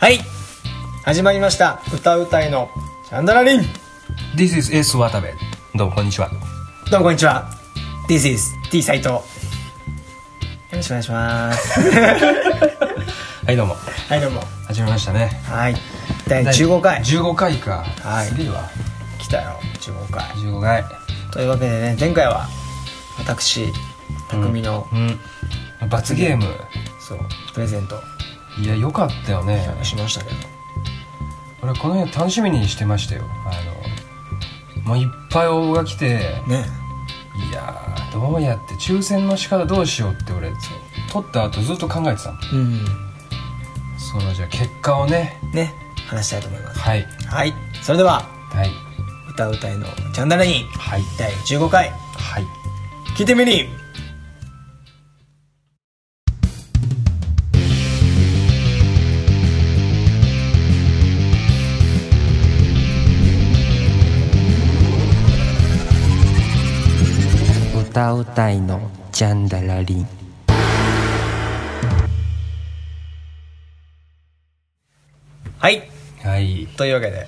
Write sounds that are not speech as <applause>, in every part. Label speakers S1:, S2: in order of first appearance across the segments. S1: はい始まりました歌うたいのチャンダラリン
S2: This is S 渡部どうもこんにちは
S1: どうもこんにちは This is T 斎藤よろしくお願いします <laughs>
S2: はいどうも
S1: はいどうも
S2: 始めましたね
S1: はい第15回
S2: 15回か
S1: はい
S2: すげえわ
S1: 来たよ15回
S2: 15回
S1: というわけでね前回は私匠の、
S2: うん罰ゲーム
S1: そうプレゼント
S2: いやよかったよね
S1: しましたけど
S2: 俺この辺楽しみにしてましたよあのもういっぱい応募が来て
S1: ね
S2: いやーどうやって抽選の仕方どうしようって俺取った後ずっと考えてたの
S1: うん
S2: そのじゃあ結果をね
S1: ね話したいと思います
S2: はい
S1: はいそれでは
S2: はい
S1: 歌うたいのチャンダラリン
S2: はい
S1: 第15回
S2: はい
S1: 聞いてみに
S3: 歌うたいのジャンダラリン
S1: はい
S2: はい
S1: というわけで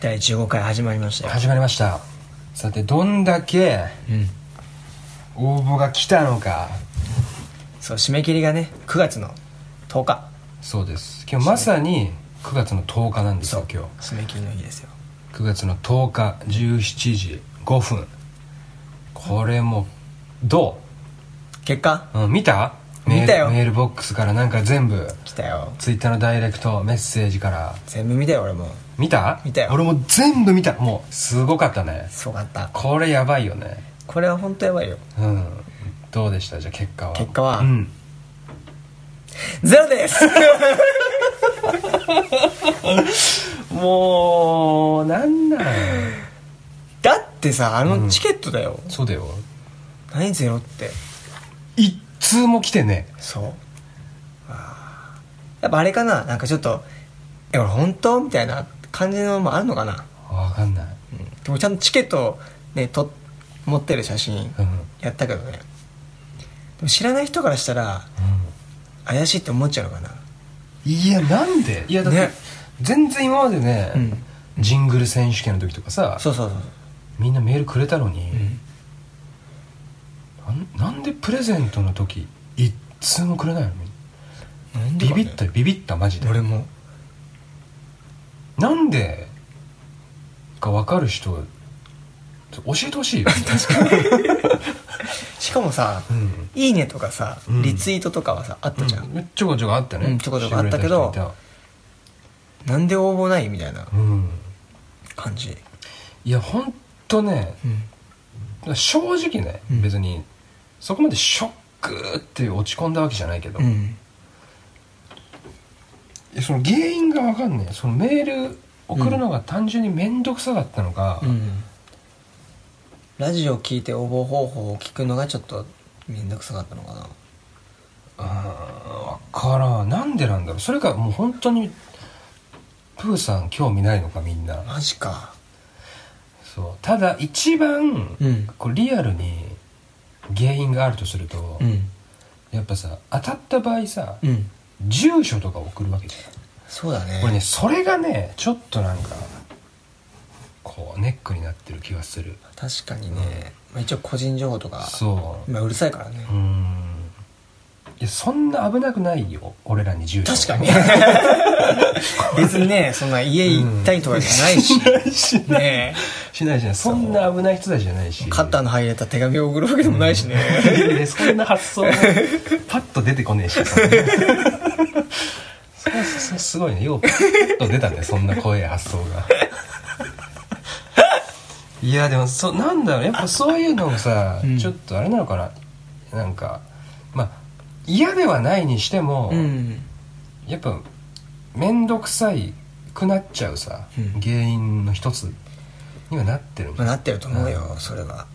S1: 第15回始まりましたよ
S2: 始まりましたさてどんだけ
S1: うん
S2: 応募が来たのか
S1: そう締め切りがね9月の10日
S2: そうです今日まさに9月の10日なんですよ今
S1: 締め切りの日ですよ
S2: 日9月の10日17時5分これもど
S1: 結果
S2: う、うん、見たメール
S1: 見たよ
S2: メールボックスからなんか全部
S1: 来たよ
S2: ツイッターのダイレクトメッセージから
S1: 全部見たよ俺も
S2: 見た
S1: 見たよ
S2: 俺も全部見たもうすごかったね
S1: すごかった
S2: これやばいよね
S1: これは本当やばいよ
S2: うんどうでしたじゃあ結果は
S1: 結果は
S2: うん
S1: ゼロです <laughs>
S2: もうなんなん
S1: だってさあのチケットだよ、
S2: そうだよ
S1: 何ゼロって
S2: 一通も来てね
S1: そうあーやっぱあれかななんかちょっと「え俺本当?」みたいな感じのもあるのかな、
S2: わかんない
S1: うん、でもちゃんとチケットをねと持ってる写真
S2: うん、うん
S1: やったけどねでも知らない人からしたら怪しいって思っちゃうのかない
S2: やなんでいやだって、
S1: ね
S2: 全然今までね、
S1: うん
S2: ジングル選手権の時とかさ
S1: そうそうそう
S2: みんなメールくれたのに、
S1: ん
S2: なんなんでプレゼントの時一通もくれないの
S1: なんで
S2: ビ
S1: かね
S2: ビったよビビったマジで
S1: 俺も
S2: なんでか分かる人ちょ教えてほし
S1: <laughs>
S2: いよ
S1: しかもさ「
S2: うん
S1: いいね」とかさ、
S2: うん
S1: リツイートとかはさあったじゃん、
S2: うんちょこちょこあったね、
S1: うんちょこちょこあったけど
S2: してくれた人い
S1: なんで応募ないみたいな
S2: たうん
S1: 感じ
S2: いやほんとね
S1: うん
S2: 正直ね、
S1: うん
S2: 別にそこまでショックって落ち込んだわけじゃないけど、
S1: う
S2: い
S1: ん
S2: やその原因が分かんねえそのメール送るのが単純に面倒くさかったのか、
S1: うんラジオ聞いて応募方法を聞くのがちょっとめんどくさかったのかな
S2: あ分からんなんでなんだろうそれかもう本当にプーさん興味ないのかみんな
S1: マジか
S2: そうただ一番、
S1: うん
S2: こうリアルに原因があるとすると、
S1: ん
S2: やっぱさ当たった場合さ、
S1: うん
S2: 住所とか送るわけじゃん
S1: そうだね
S2: これねそれがねちょっとなんかこうネックになってる気がする
S1: 確かにね、まあ、一応個人情報とか
S2: そう
S1: まあ、うるさいからね
S2: うーんいやそんな危なくないよ俺らに住所
S1: 確か <laughs> に別にねそんな家行ったりとかじゃないし、 <laughs>
S2: <laughs> しない
S1: ね
S2: しないしないそんな危ない人たちじゃないし
S1: えカッターの入れた手紙を送るわけでもないしね、
S2: いやそんな発想がパッと出てこねえしそうそうすごいねようパッと出たねそんな怖い発想がいやでもそなんだろうやっぱそういうのもさ、
S1: うん
S2: ちょっとあれなのかななんかまあ嫌ではないにしても、
S1: うん
S2: やっぱ面倒くさいくなっちゃうさ、
S1: うん
S2: 原因の一つにはなってるんじ
S1: ま
S2: ゃ
S1: あ、
S2: ない
S1: なってると思うよそれは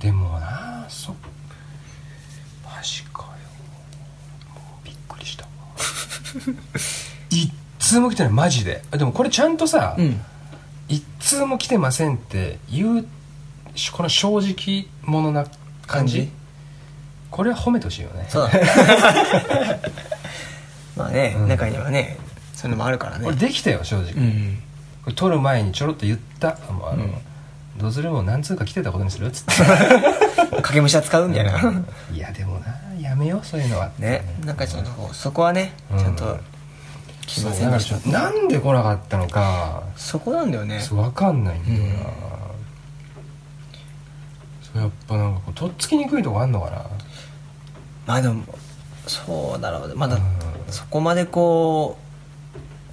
S2: でもなあそマジかよもうびっく
S1: <laughs>
S2: りしたわ一通も来てないマジであでもこれちゃんとさ、
S1: うん
S2: 一通も来てませんっていうしこの正直者な感じ
S1: 感じ
S2: <laughs> これは褒めてほしいよね
S1: そうだねままあね、
S2: うん
S1: 中にはねそういうのもあるからね
S2: 俺できたよ正直、
S1: うん
S2: これ撮る前にちょろっと言ったあもうあの、
S1: うん
S2: どうするもう何通か来てたことにするっつって
S1: <laughs> 掛け虫使うみたいな
S2: いやでもなやめようそういうのは
S1: <laughs> ねなんかちょっとこうそこはね
S2: うん
S1: ちゃんと決
S2: そ
S1: ま
S2: う
S1: せ
S2: だ
S1: ん
S2: か
S1: で
S2: ら
S1: し
S2: ち
S1: た
S2: ょっとなんで来なかったのか
S1: そこなんだよね
S2: そうわかんないんだよな、
S1: うん
S2: そうやっぱなんかこうとっつきにくいとこあんのかな
S1: まあでもそうだろうねまだ
S2: うん
S1: そこまでこ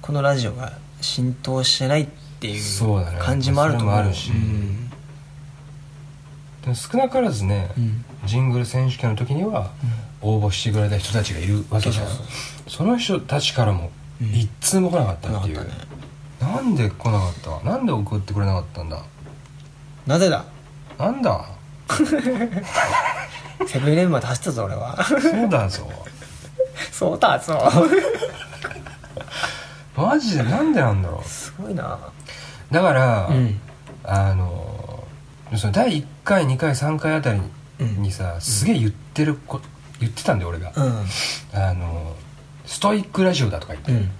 S1: うこのラジオが浸透してないってい
S2: そうだね
S1: う感じもあると思う
S2: それもあるし
S1: うん
S2: でも少なからずね、
S1: うん
S2: ジングル選手権の時には応募してくれた人たちがいるわけじゃん
S1: そう
S2: そ
S1: そう
S2: の人たちからも
S1: うん
S2: 一通も来なかった
S1: な
S2: っ
S1: か
S2: て
S1: っ
S2: いう、
S1: たね
S2: なんで来なかったなんで送ってくれなかったんだ
S1: なぜだ
S2: なんだ
S1: セブンイレブンまで走ったぞ俺 <laughs> は
S2: そうだぞ
S1: そうだ <laughs> そう
S2: マジでなんでなんだろ
S1: すごいな
S2: うだから、
S1: うん
S2: あのその第1回2回3回あたりにさ、すげえ言ってるこ言ってたんだよ俺が、
S1: うん
S2: あのストイックラジオだとか言って、
S1: うん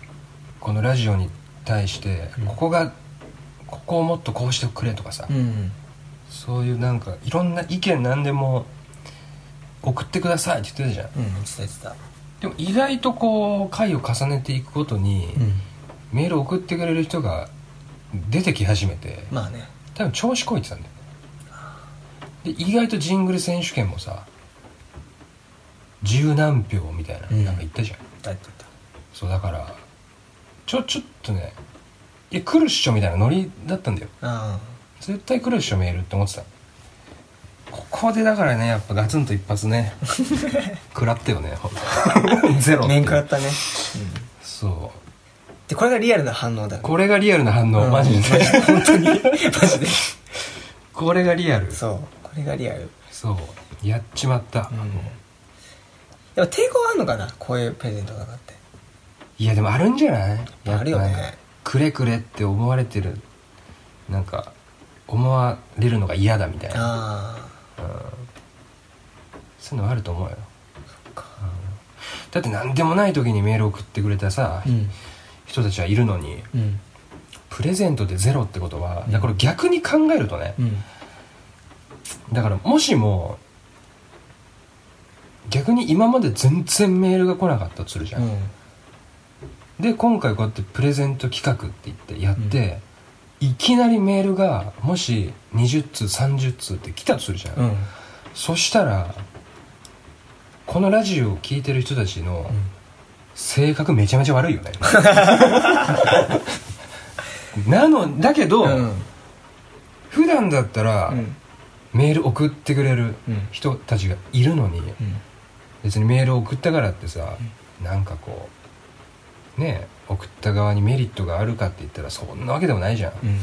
S2: このラジオに対して、
S1: うん
S2: ここがここをもっとこうしてくれとかさ、
S1: うん
S2: そういうなんかいろんな意見何でも送ってくださいって言ってたじゃん
S1: うん伝えてた
S2: でも意外とこう回を重ねていくごとに、
S1: うん
S2: メール送ってくれる人が出てき始めて
S1: まあね
S2: 多分調子こいてたんだよねで意外とジングル選手権もさ十何票みたいな、
S1: うん
S2: なんか言ったじゃん
S1: 伝えてた
S2: そうだからちょちょっとねいや来るっしょみたいなノリだったんだよ
S1: あ
S2: 絶対来るっしょメールって思ってたここでだからねやっぱガツンと一発
S1: <laughs>
S2: ね食らったよねほんと <laughs> ゼ
S1: あ
S2: ロって
S1: 面食らったね
S2: そう
S1: でこれ <laughs> がリアルな反応だね
S2: これがリアルな反応、
S1: うん
S2: マジで
S1: 本当に <laughs> マジで
S2: これがリアルそう
S1: そうこれがリアル
S2: やっちまった、
S1: うんやっぱ抵抗あんのかなこういうプレゼントとかって
S2: いやでもあるんじゃないやっぱ
S1: あるよね
S2: なんかくれくれって思われてるなんか思われるのが嫌だみたいな
S1: あ
S2: そういうのはあると思うようんだって何でもない時にメール送ってくれた
S1: あ
S2: さ、
S1: うん
S2: 人たちはいるのに
S1: うん
S2: プレゼントでゼロってことは、
S1: うん
S2: いやこれ逆に考えるとね、
S1: うん
S2: だからもしも逆に今まで全然メールが来なかったとするじゃん、で今回こうやってプレゼント企画って言ってやって、いきなりメールがもし20通30通って来たとするじゃん、
S1: うん
S2: そしたらこのラジオを聞いてる人たちの性格めちゃめちゃ悪
S1: <laughs>
S2: いよね <laughs> なのだけど、
S1: うん
S2: 普段だったら、
S1: うん
S2: メール送ってくれる
S1: うん
S2: 人たちがいるのに、
S1: うん
S2: 別にメール送ったからってさ、なんかこうねえ送った側にメリットがあるかって言ったらそんなわけでもないじゃん、
S1: うん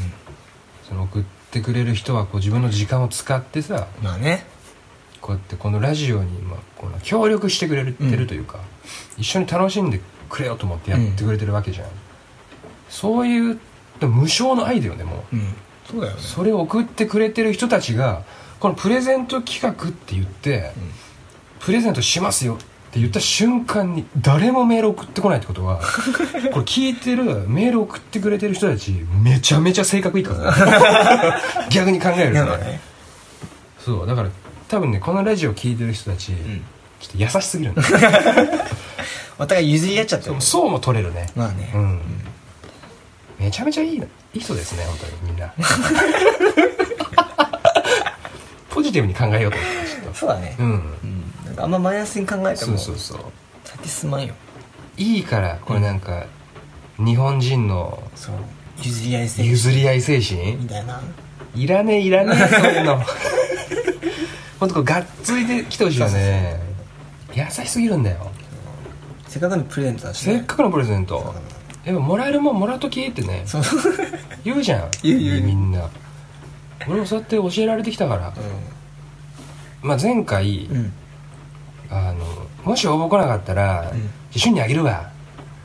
S2: その送ってくれる人はこう自分の時間を使ってさ
S1: まあね
S2: こうやってこのラジオに、まあ、この協力してくれてるというか、一緒に楽しんでくれよと思ってやってくれてるわけじゃん、そういう無償の愛だよねもう
S1: うんそうだよね
S2: それを送ってくれてる人たちがこのプレゼント企画って言って、
S1: ん
S2: プレゼントしますよって言った瞬間に誰もメール送ってこないってことはこれ聞いてるメール送ってくれてる人たちめちゃめちゃ性格いいってことだ逆に考える
S1: な
S2: と
S1: んか
S2: ね
S1: ね
S2: そうだから多分ねこのラジオ聞いてる人たち、
S1: ん
S2: ちょっと優しすぎるんだ
S1: お互い譲り合っちゃって
S2: で
S1: る
S2: もそうも取れるね
S1: まあね
S2: うん、めちゃめちゃいいないい人ですね本当にみんな <laughs> ポジティブに考えようと思ってちょっ
S1: そうだね
S2: とうん
S1: うんなんかあんまマイナスに考えて
S2: そう
S1: も
S2: そう
S1: 先
S2: そ
S1: 進
S2: う
S1: まんよ
S2: いいからこれなんか、日本人の
S1: そう譲り合い性
S2: 譲り合い精神
S1: みたいない
S2: らねえいらねえそういうの <laughs> ほんとこうがっついてきてほしいよね優しすぎるんだよ
S1: せっかくのプレゼントだし
S2: せっ
S1: ね
S2: かくのプレゼントでももらえるもんもらっときってね
S1: そうう
S2: 言うじゃん
S1: 言う言う
S2: みんな俺もそうやって教えられてきたから、まあ、前回、
S1: んうん
S2: あのもし応募来なかったら、
S1: うん
S2: 一緒にあげるわ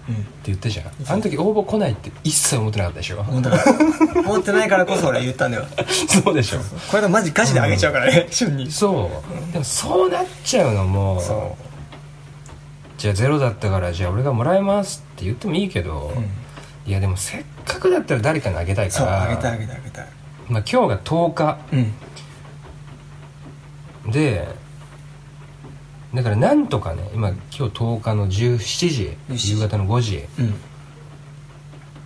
S1: うん
S2: って言ったじゃんあの時応募来ないって一切思ってなかったでしょ、
S1: 思ってない思ってないからこそ俺言ったんだよ
S2: <laughs> そうでしょ
S1: これがマジガチであげちゃうからね瞬に
S2: そう、でもそうなっちゃうのも
S1: そ
S2: じゃあゼロだったからじゃあ俺がもらいますって言ってもいいけど、いやでもせっかくだったら誰かにあげたいか
S1: そう
S2: ら
S1: あげたいあげたいあげたい
S2: まあ、今日が10日
S1: うん
S2: でだからなんとかね今今日10日の17時
S1: 17時
S2: 夕方の5時
S1: うん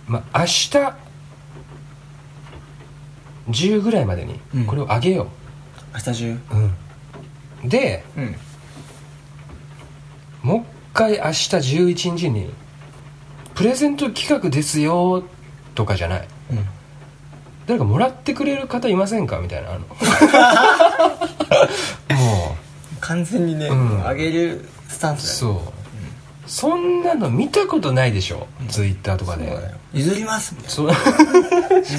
S2: まあ明日10ぐらいまでに
S1: うん
S2: これをあげよ
S1: 明日中
S2: う、うん、で
S1: うん
S2: もう一回明日11日にプレゼント企画ですよとかじゃない
S1: うん
S2: 誰かもらってくれる方いませんかみたいなあのもう
S1: 完全にね、
S2: うん
S1: あげるスタンスだ
S2: そう、
S1: よ
S2: そんなの見たことないでしょ、ツイッターとかで
S1: だよ譲りますみたい
S2: そう <laughs>
S1: な譲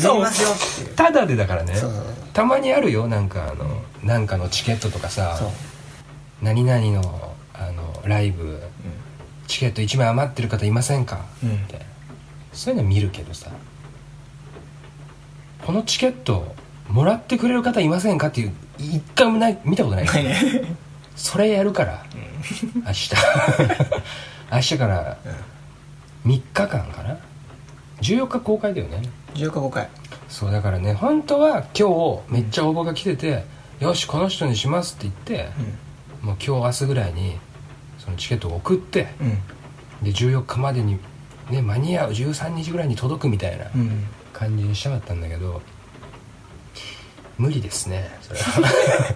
S1: りますよっていう
S2: ただでだからね
S1: そうそうそう
S2: たまにあるよなんかあのなんかのチケットとかさ
S1: そう
S2: 何々のあのライブチケット1枚余ってる方いませんか、
S1: うん
S2: ってそういうの見るけどさこのチケットもらってくれる方いませんかっていう一回もない見たことない
S1: ないね
S2: それやるから、明
S1: <laughs>
S2: 日明日から3日間かな14日公開だよね
S1: 14日5回
S2: そうだからね本当は今日めっちゃ応募が来てて、よしこの人にしますって言って、もう今日明日ぐらいにそのチケットを送って
S1: うん
S2: で14日までに、ね、間に合う13日ぐらいに届くみたいな
S1: うんうん
S2: 感じにしたかったんだけど無理ですねそ
S1: <laughs>
S2: れは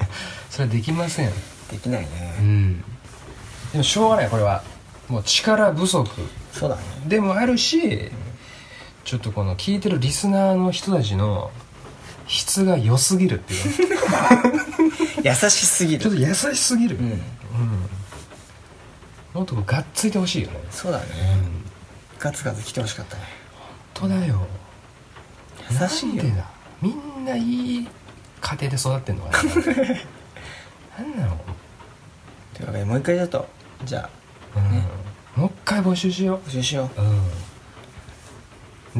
S2: それはできません
S1: できないね、
S2: うんでもしょうがないこれはもう力不足
S1: そうだね
S2: でもあるしちょっとこの聞いてるリスナーの人たちの質が良すぎるっていう
S1: 優しすぎ
S2: <laughs> ちょっ
S1: る
S2: と優しすぎる、
S1: うん
S2: もっとこうがっついてほしいよね
S1: そうだね、
S2: うん
S1: ガツガツ来てほしかったね
S2: 本当だよ
S1: 優しいよ
S2: なんでだみんないい家庭で育ってんの <laughs> かななんなの、
S1: というわけでもう一回ちょっとじゃ
S2: うん、もう一回募集しよ
S1: あ募集しよ
S2: う、う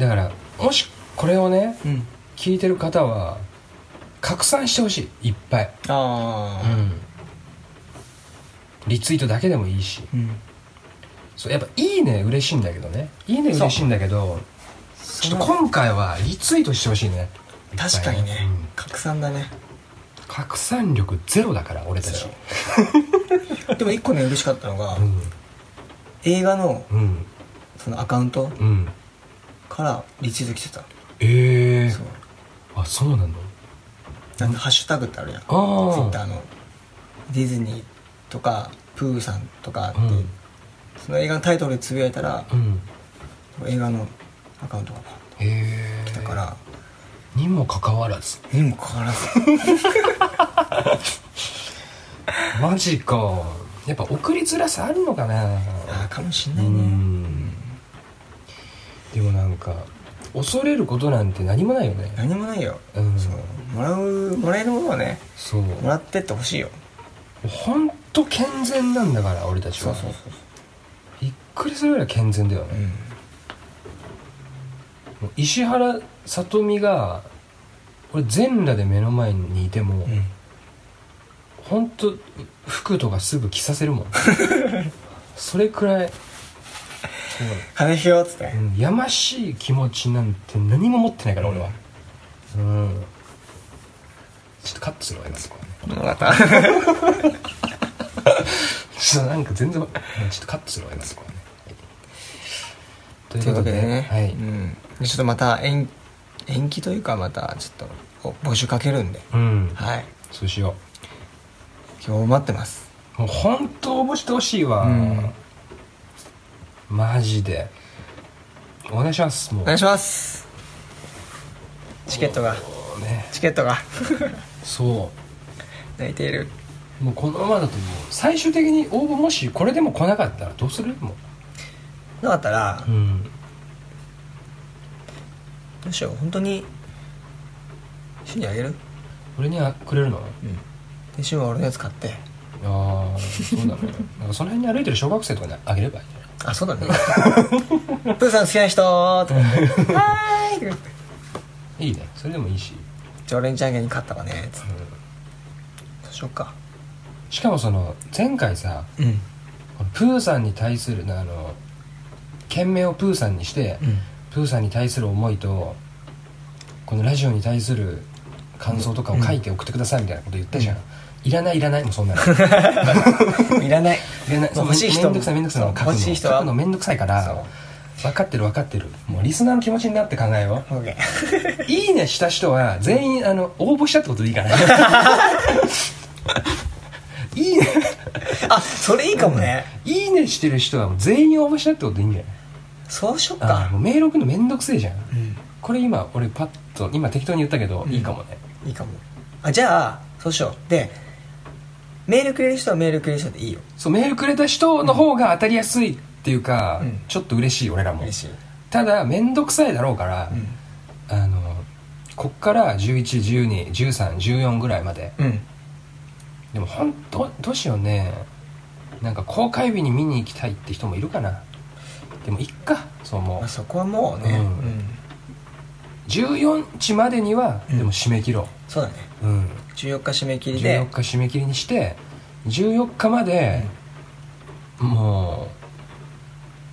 S2: ん、だからもしこれをね
S1: ううん
S2: 聞いてる方は拡散してほしいいっぱい、
S1: あ
S2: う
S1: あ
S2: ん、リツイートだけでもいいし
S1: うん、
S2: そうやっぱ「いいね」嬉しいんだけどね「いいね」嬉しいんだけど
S1: そ
S2: ちょ
S1: の
S2: っと今回はリツイートしてほしいねいっぱい
S1: 確かにね、
S2: うん
S1: 拡散だね
S2: 拡散力ゼロだから俺たち
S1: ゼでも一個ね嬉しかったのが、
S2: うん
S1: 映画の
S2: うん
S1: そのアカウント
S2: うん
S1: からリツイート来てた
S2: ええ
S1: そう
S2: あそうなの
S1: なんかハッシュタグってあるやんツイ
S2: あ
S1: ッターのディズニーとかプーさんとかって、
S2: うん
S1: その映画のタイトルでつぶやいたら
S2: う、ん
S1: 映画のアカウントが
S2: ええ
S1: だから、
S2: にもかかわらず
S1: にもかかわ <laughs> らず
S2: マジかやっぱ送りづらさあるのかな
S1: ああかもしん
S2: う
S1: ないね
S2: んでもなんか恐れることなんて何もないよね
S1: 何もないよ、
S2: うん
S1: そうもらうもらえるものはね
S2: そう
S1: もらってってほしいよ
S2: ほんと健全なんだから俺たちは
S1: そう
S2: びっくりするぐらい健全だよね、
S1: ん
S2: もう石原さとみが俺全裸で目の前にいても、
S1: うん
S2: ほんと服とかすぐ着させ
S1: <laughs>
S2: るもんそれくらいそう
S1: 金ひよっつって、
S2: うんやましい気持ちなんて何も持ってないから俺はうん、ちょっとカットするわ今そこはね
S1: 分 <laughs> かった
S2: ちょっとなんか全然うんちょっとカットするわ今そこはね、はいと
S1: というわけでね、
S2: はい、
S1: うん、でちょっとまた延延期というかまたちょっとお募集かけるんで、
S2: うん、
S1: はい
S2: そうしよ
S1: 今日待ってます
S2: うもう本当応募してほしいわ、
S1: うん
S2: マジでお願いしますも
S1: お
S2: う
S1: 願いしますチケットが
S2: もうね
S1: チケットが
S2: そ
S1: 泣いている
S2: うもうこのままだともう最終的に応募もしこれでも来なかったらどうするも
S1: なかったら、
S2: う、うん、
S1: どうしよう本当に主にあげる
S2: 俺にはくれるの
S1: うんで主は俺のやつ買って
S2: ああそうだねなんかその辺に歩いてる小学生とかにあげればいいね
S1: あそうだね <laughs> プーさん好きな人とか言ってはーいとか言って
S2: いいねそれでもいいし、
S1: 常連ちゃんげに勝ったわねつってどうしよっか
S2: しかもその前回さ
S1: うん
S2: ここのプーさんに対するなあの件名をプーさんにして、
S1: うん
S2: プーさんに対する思いとこのラジオに対する感想とかを書いて送ってくださいみたいなこと言ったじゃん、いらないいらないもうそんなのい
S1: いらない
S2: らない
S1: <laughs> もう欲しい人
S2: めんどくさいめんどくさい
S1: そう
S2: もう書くの
S1: 欲しい人は
S2: 書くのめんどくさいから分かってる分かってるもうリスナーの気持ちになって考えよう
S1: OK
S2: いいねした人は全員あの応募したってことでいい
S1: <laughs>
S2: かないいね
S1: <laughs> あそれいいかもね
S2: いいねしてる人はもう全員応募したってことでいいんじゃない
S1: そうしよっ
S2: あ
S1: か
S2: もうメール送るのめんどくせえじゃん、
S1: うん
S2: これ今俺パッと今適当に言ったけど、
S1: うん
S2: いいかもね
S1: いいかもあじゃあそうしようでメールくれる人はメールくれる人でいいよ
S2: そうメールくれた人の方が当たりやすいっていうか、
S1: うん
S2: ちょっと嬉しい俺らも
S1: 嬉しい
S2: ただめんどくさいだろうから、あのこっから11121314ぐらいまで
S1: うん
S2: でも本当どうしようねなんか公開日に見に行きたいって人もいるかなでもいっかそう思
S1: ま
S2: う
S1: あそこはもうね
S2: うん
S1: うん
S2: 14日までには、
S1: うん
S2: でも締め切ろ
S1: そうだね
S2: う、うん、
S1: 14日締め切りで
S2: 14日締め切りにして14日まで、もう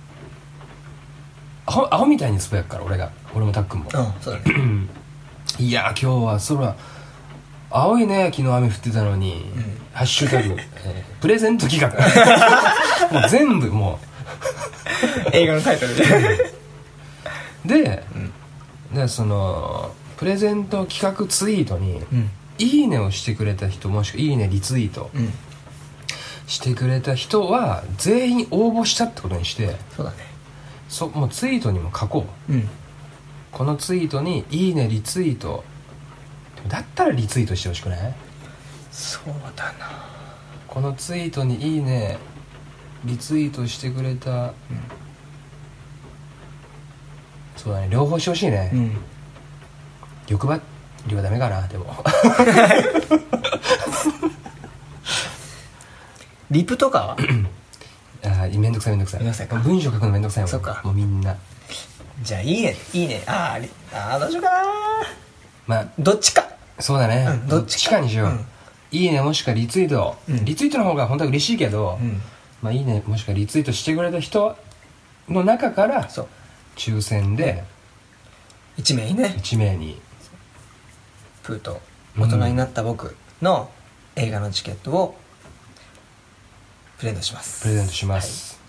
S2: アホアホみたいにつぶやくから俺が俺もたっくんも
S1: うんそうだね <laughs>
S2: いやー今日は空青いね昨日雨降ってたのに、ハッシュ
S1: <laughs>
S2: タグ、えープレゼント企画もう全部も
S1: 映画のタイトルで
S2: うで,、でそのプレゼント企画ツイートに「
S1: うん
S2: いいね」をしてくれた人もしくは「いいね」リツイート
S1: うん
S2: してくれた人は全員応募したってことにして
S1: そうだね
S2: そもうツイートにも書こう
S1: うん
S2: このツイートに「いいね」リツイートでもだったらリツイートしてほしくない
S1: そうだな
S2: このツイートに「いいね」リツイートしてくれた、そうだね両方してほしいね、
S1: うん
S2: 欲張りはダメかなでも
S1: リプとかは <clears throat>
S2: あーめんどくさいめんどくさい
S1: めんどくさいか
S2: 文章書くのめんどくさいもん
S1: そっか
S2: もうみんな
S1: じゃあいいねいいねあーリあーどうしようかな
S2: まあ
S1: どっちか
S2: そうだね、
S1: うんどっちか
S2: にしよう、
S1: うん
S2: いいねもしくはリツイート、
S1: うん
S2: リツイートの方が本当は嬉しいけど、
S1: うん
S2: まあいいねもしくはリツイートしてくれた人の中から
S1: そう
S2: 抽選で
S1: 1名ね
S2: 1名に
S1: プーと大人になった僕の映画のチケットをプレゼントします
S2: プレゼントします、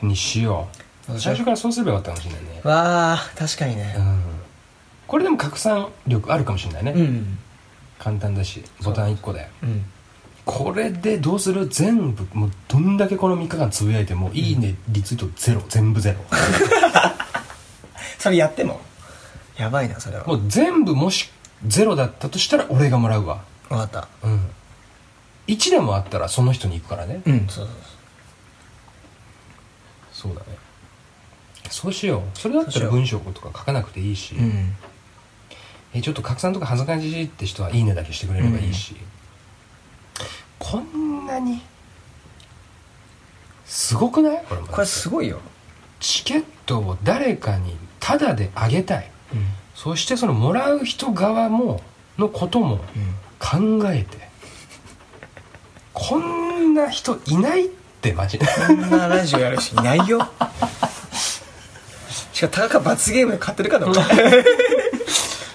S2: にしよう最初からそうすればよかったかもしれないね、
S1: わあ確かにね
S2: うん、これでも拡散力あるかもしれないね、
S1: うん
S2: 簡単だしボタン1個で
S1: うん
S2: これでどうする全部もうどんだけこの3日間つぶやいても「いいね」リツイートゼロ全部ゼロ
S1: それやってもやばいなそれは
S2: もう全部もしゼロだったとしたら俺がもらうわ
S1: 分かった
S2: うん1でもあったらその人に行くからね
S1: うんそうそう
S2: そうだねそうしようそれだったら文章とか書かなくていいし、
S1: そううん
S2: えちょっと拡散とか恥ずかしいって人は「いいね」だけしてくれればいいし、こんなにすごくないこれ
S1: これすごいよ
S2: チケットを誰かにタダであげたい
S1: うん
S2: そしてそのもらう人側ものことも考えて、こんな人いないってマジで <laughs>
S1: こんなラジオやる人いないよ <laughs> しかもたかが罰ゲームで買ってるかと思った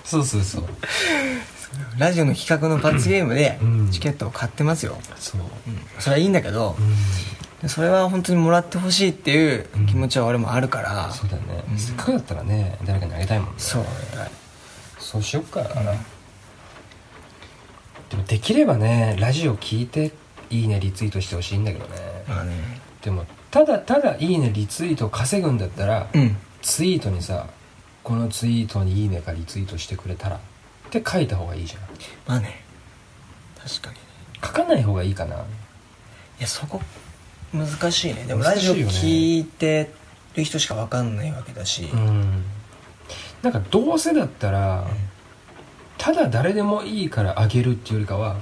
S2: そうそうそう
S1: <laughs> ラジオの企画の罰ゲームで
S2: うん
S1: チケットを買ってますよ、
S2: そう、
S1: それはいいんだけど、それは本当にもらってほしいっていう気持ちは俺もあるから、
S2: そうだね、せっかくだったらね誰かにあげたいもんね
S1: そう
S2: そうしよっか、でもできればねラジオ聞いていいねリツイートしてほしいんだけどね、
S1: まあね
S2: でもただただいいねリツイートを稼ぐんだったら、
S1: うん
S2: ツイートにさこのツイートにいいねかリツイートしてくれたらって書いた方がいいじゃん
S1: まあね確かにね
S2: 書かない方がいいかない
S1: やそこ難しいねでもラ
S2: 難
S1: ジ
S2: し
S1: オ
S2: いよね
S1: 聞いてる人しか分かんないわけだし、
S2: うんなんかどうせだったら、ただ誰でもいいからあげるっていうよりかは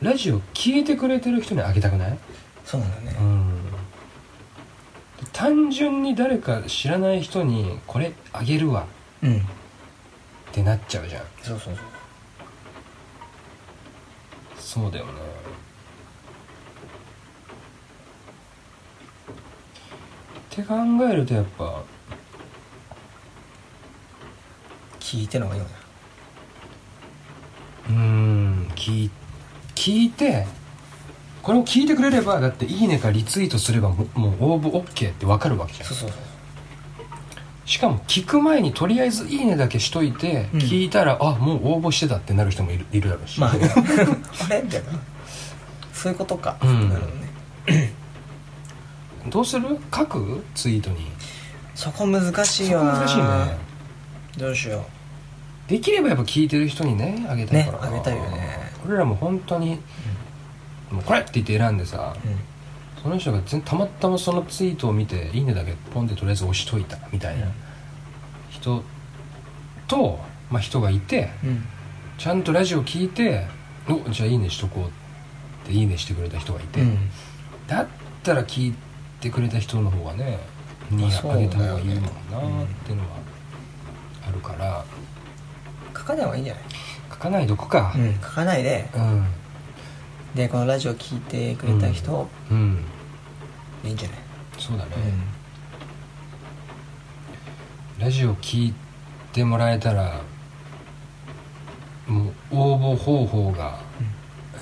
S2: ラジオ聞いてくれてる人にあげたくない
S1: そうなんだよ
S2: う
S1: ね、
S2: ん単純に誰か知らない人にこれあげるわ
S1: うん、
S2: ってなっちゃうじゃん
S1: そうそうそう
S2: そうだよねって考えるとやっぱ
S1: 聞いての方がいいのか
S2: うーん聞い聞いてこれを聞いてくれればだって「いいね」かリツイートすればももう応募 OK って分かるわけじゃ
S1: なんそうそうそう
S2: しかも聞く前にとりあえず「いいね」だけしといて、
S1: うん
S2: 聞いたらあもう応募してたってなる人もいるいるだろうし、
S1: まあ <laughs> あれみたいなそういうことか、
S2: うん
S1: なるほどね
S2: どうする書くツイートに
S1: そこ難しいよ
S2: そこ
S1: な
S2: 難しいね
S1: どうしよ
S2: できればやっぱ聞いてる人にねあげたいからな
S1: ねあげたいよね
S2: 俺らも本当に、もうこれって言って選んでさ、
S1: う、うん
S2: その人が全たまたまそのツイートを見て「いいね」だけポンってとりあえず押しといたみたいな人と、まあ、人がいて
S1: うん
S2: ちゃんとラジオ聞いて「おじゃあいいねしとこう」って「いいね」してくれた人がいて、
S1: うん
S2: だったら聞いてくれた人の方がねに
S1: そう
S2: あ
S1: だよ
S2: げ
S1: ね
S2: た方がいいもんなっていうのはあるから
S1: 書かない方がいいんじゃない、
S2: 書かないどこか
S1: 書かないで
S2: うん
S1: でこのラジオ聞いてくれた人、
S2: うん、
S1: いいんじゃない、
S2: そうだね、ラジオ聞いてもらえたらもう応募方法が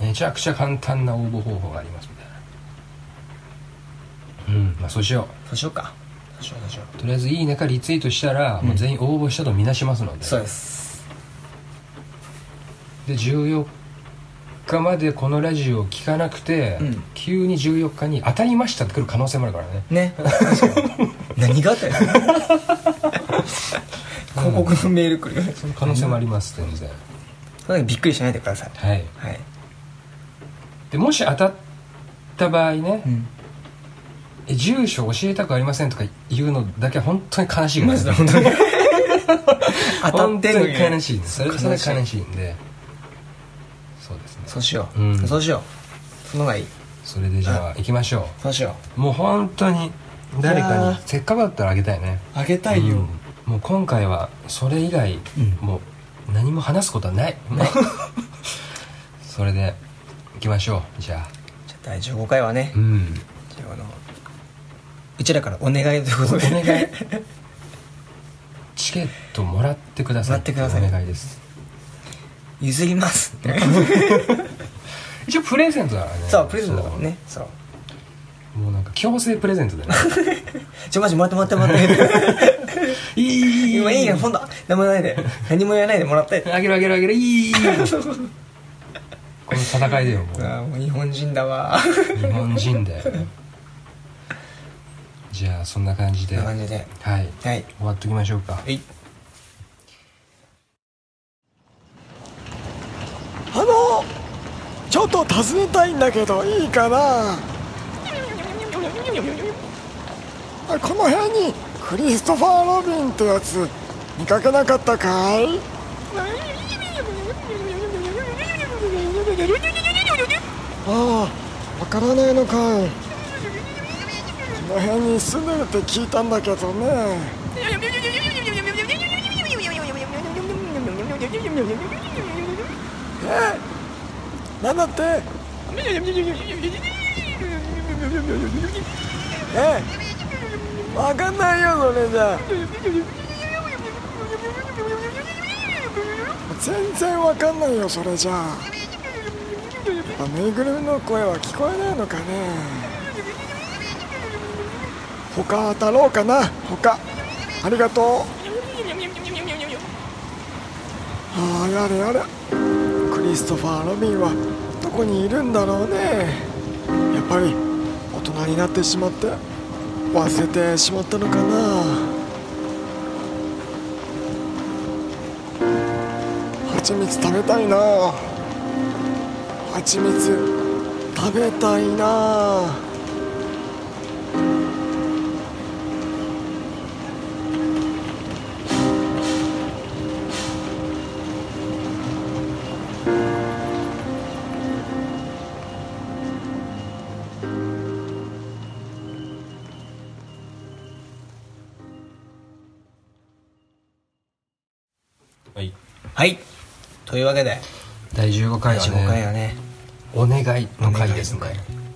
S2: めちゃくちゃ簡単な応募方法がありますみたいなうんまあそうしよ
S1: そうしようかそうしようそうしよ
S2: うとりあえず「いいね」かリツイートしたら、
S1: うん
S2: もう全員応募したとみなしますの
S1: う
S2: で
S1: そうです
S2: で14日までこのラジオを聞かなくて、
S1: うん
S2: 急に14日に「当たりました」って来る可能性もあるからね
S1: <laughs> ね何があ <laughs> ったよ広告のメール来るよね
S2: その可能性もあります全然
S1: その時びっくりしないでください
S2: はい
S1: はい、
S2: でもし当たった場合ね、
S1: うん、
S2: え住所教えたくありませんとか言うのだけは本当に悲しいから
S1: マジで本当に <laughs> 当たってんの
S2: 本当に悲しいねそ
S1: そ
S2: れ
S1: れ
S2: それ
S1: 悲しい
S2: 悲しいんでそうですね
S1: そうしよう、
S2: うん
S1: そうしようその方がいい
S2: それでじゃあ行きましょ
S1: そうしよ
S2: うもう本当に誰
S1: い
S2: か
S1: や
S2: に
S1: ー
S2: せっかくだったらあげたいね
S1: うあげた
S2: うんもう今回はそれ以外、
S1: うん
S2: もう何も話すこと
S1: <laughs>
S2: はない、それで行きましょうじゃあ
S1: じゃあ第15回はね、
S2: うん
S1: じゃああのうちらからお願いということで
S2: お願いチケットもらってください
S1: もらってください
S2: お願いです
S1: <laughs> 譲りますって
S2: 一応プレゼントだからね
S1: そうプレゼントだからねそう
S2: そうもうなんか強制プレゼン
S1: <laughs>
S2: トだよね
S1: ちょマジもらってもらってもらって
S2: いいいいいい
S1: 今いいよほんだ何も言わないで何も言わないでもらって
S2: あげるあげるあげるいい
S1: <laughs>
S2: いいいいこの戦いだよもう
S1: ああもう日本人だわ
S2: 日本人だよねじゃあそんな感じ
S1: こん
S2: で
S1: な感じで
S2: はい
S1: はい
S2: 終わっときましょうか
S1: はいあのちょっと尋ねたいんだけどいいかな
S4: あこの辺にクリストファー・ロビンってやつ見かけなかったかいああわからないのかいこの辺に住んでるって聞いたんだけどねなんだってええわかんないよそれじゃ全然わかんないよそれじゃああぬいぐるみの声は聞こえないのかね他当たろうかな他ありがとうああやれやれクリストファー・ロビンはどこにいるんだろうねやっぱり大人になってしまって忘れてしまったのかな蜂蜜食べたいな蜂蜜食べたいな
S2: はい
S1: はいというわけで
S2: 第15回
S1: 第
S2: は
S1: 15回
S2: ね
S1: はね
S2: お願いの回ですね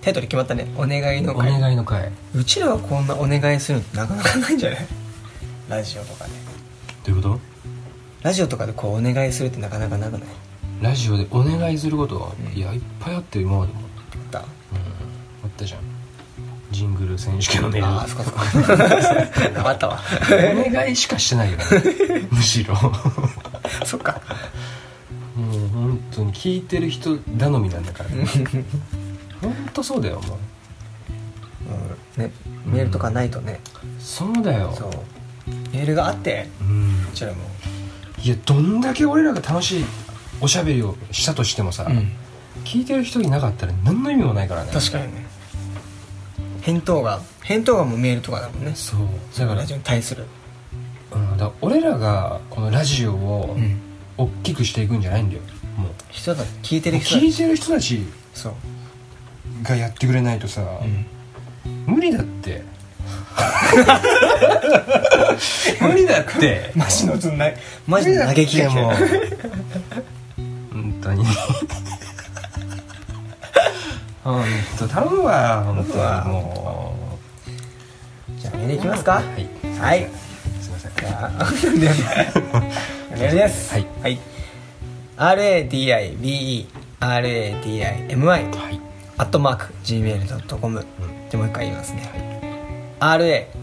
S1: テタイトル決まったねお願いの
S2: お
S1: 会
S2: 願いの会
S1: うちらはこんなお願いするのってなかなかないんじゃないラジオとかで
S2: どういうこと
S1: ラジオとかでこうお願いするってなかなかなくない
S2: ラジオでお願いすることは、
S1: うん
S2: いやいっぱいあって今までも、
S1: あった
S2: うん、あったじゃんジングル選手権のメ
S1: あ
S2: ー
S1: あ
S2: ル
S1: そっかそ <laughs> っかあったわ
S2: お願いしかしてない
S1: <laughs>
S2: よねむしろも
S1: そっか
S2: う本当に聞いてる人頼みなんだから本当そうだよもう
S1: うんねメールとかないとね、
S2: そうだよ
S1: そうメールがあって
S2: うん
S1: うちらも
S2: いやどんだけ俺らが楽しいおしゃべりをしたとしてもさ、
S1: うん
S2: 聞いてる人いなかったら何の意味もないからね
S1: 確かにね返答が返答がもうメールとかだもんね
S2: そうだから
S1: ラジオに対する
S2: うん、だから俺らがこのラジオを
S1: うん
S2: 大きくしていくんじゃないんだよもう
S1: 人だ聞いて
S2: も
S1: る
S2: う
S1: 人だ
S2: 聞いてる人たち
S1: そう、
S2: がやってくれないとさ、
S1: うん、
S2: 無理だって <laughs> 無理だって
S1: マジのつんないマジの嘆きが来て
S2: もう
S1: る
S2: 本
S1: <laughs>
S2: 当に本当頼むわ本当にも
S1: じゃあメールいきますか
S2: うはい
S1: はい
S2: すいません
S1: じゃあメールです
S2: はい、
S1: はい、RADIBERADIMI
S2: はい
S1: アットマーク Gmail.com でもう一回言いますね、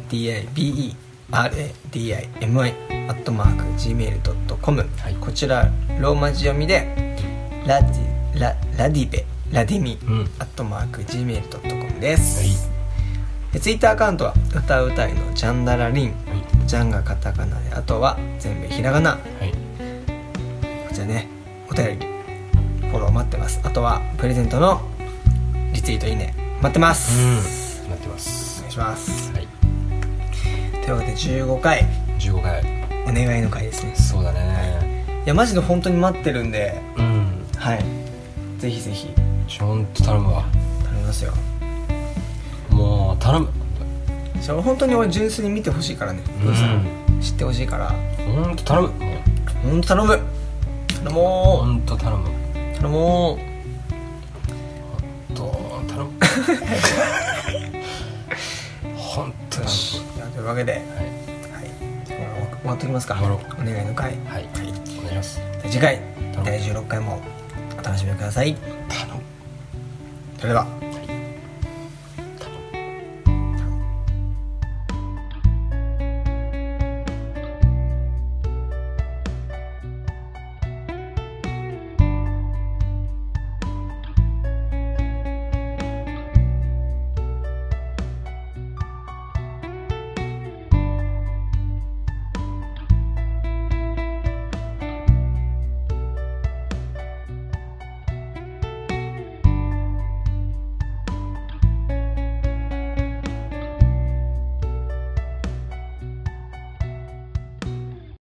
S1: RADIBE RADIMI アットマーク Gmail.com、
S2: はい
S1: こちらローマ字読みでラディララディベラディミ
S2: うん
S1: アットマーク Gmail.com です、でツイッターアカウントは歌うたいのジャンダラリン
S2: はい
S1: ジャンがカタカナであとは全部ひらがな
S2: はい
S1: こちらねお便りフォロー待ってますあとはプレゼントのリツイートいいね待ってます、
S2: うん待ってます
S1: お願いします
S2: はい
S1: というわけで15回
S2: 15回
S1: お願いの回ですね
S2: そうだね
S1: いやマジで本当に待ってるんで
S2: うん
S1: はいぜひぜひ
S2: ちょんと頼むわ
S1: 頼みますよ
S2: もう頼む
S1: そう本当に俺純粋に見てほしいからね、
S2: うん
S1: 知ってほしいから
S2: ほんと頼むもう
S1: 本当頼む頼
S2: ほ
S1: も
S2: んと頼
S1: う
S2: む
S1: 頼も
S2: と頼むほんと
S1: うよ
S2: 頼
S1: しじゃあというわけで、はい
S2: むはい
S1: 終わっときますか
S2: 終わろ
S1: お願いの回
S2: はい、お願いします
S1: 次回
S2: 頼む
S1: 第16回もお楽しみください
S2: 頼む
S1: それでは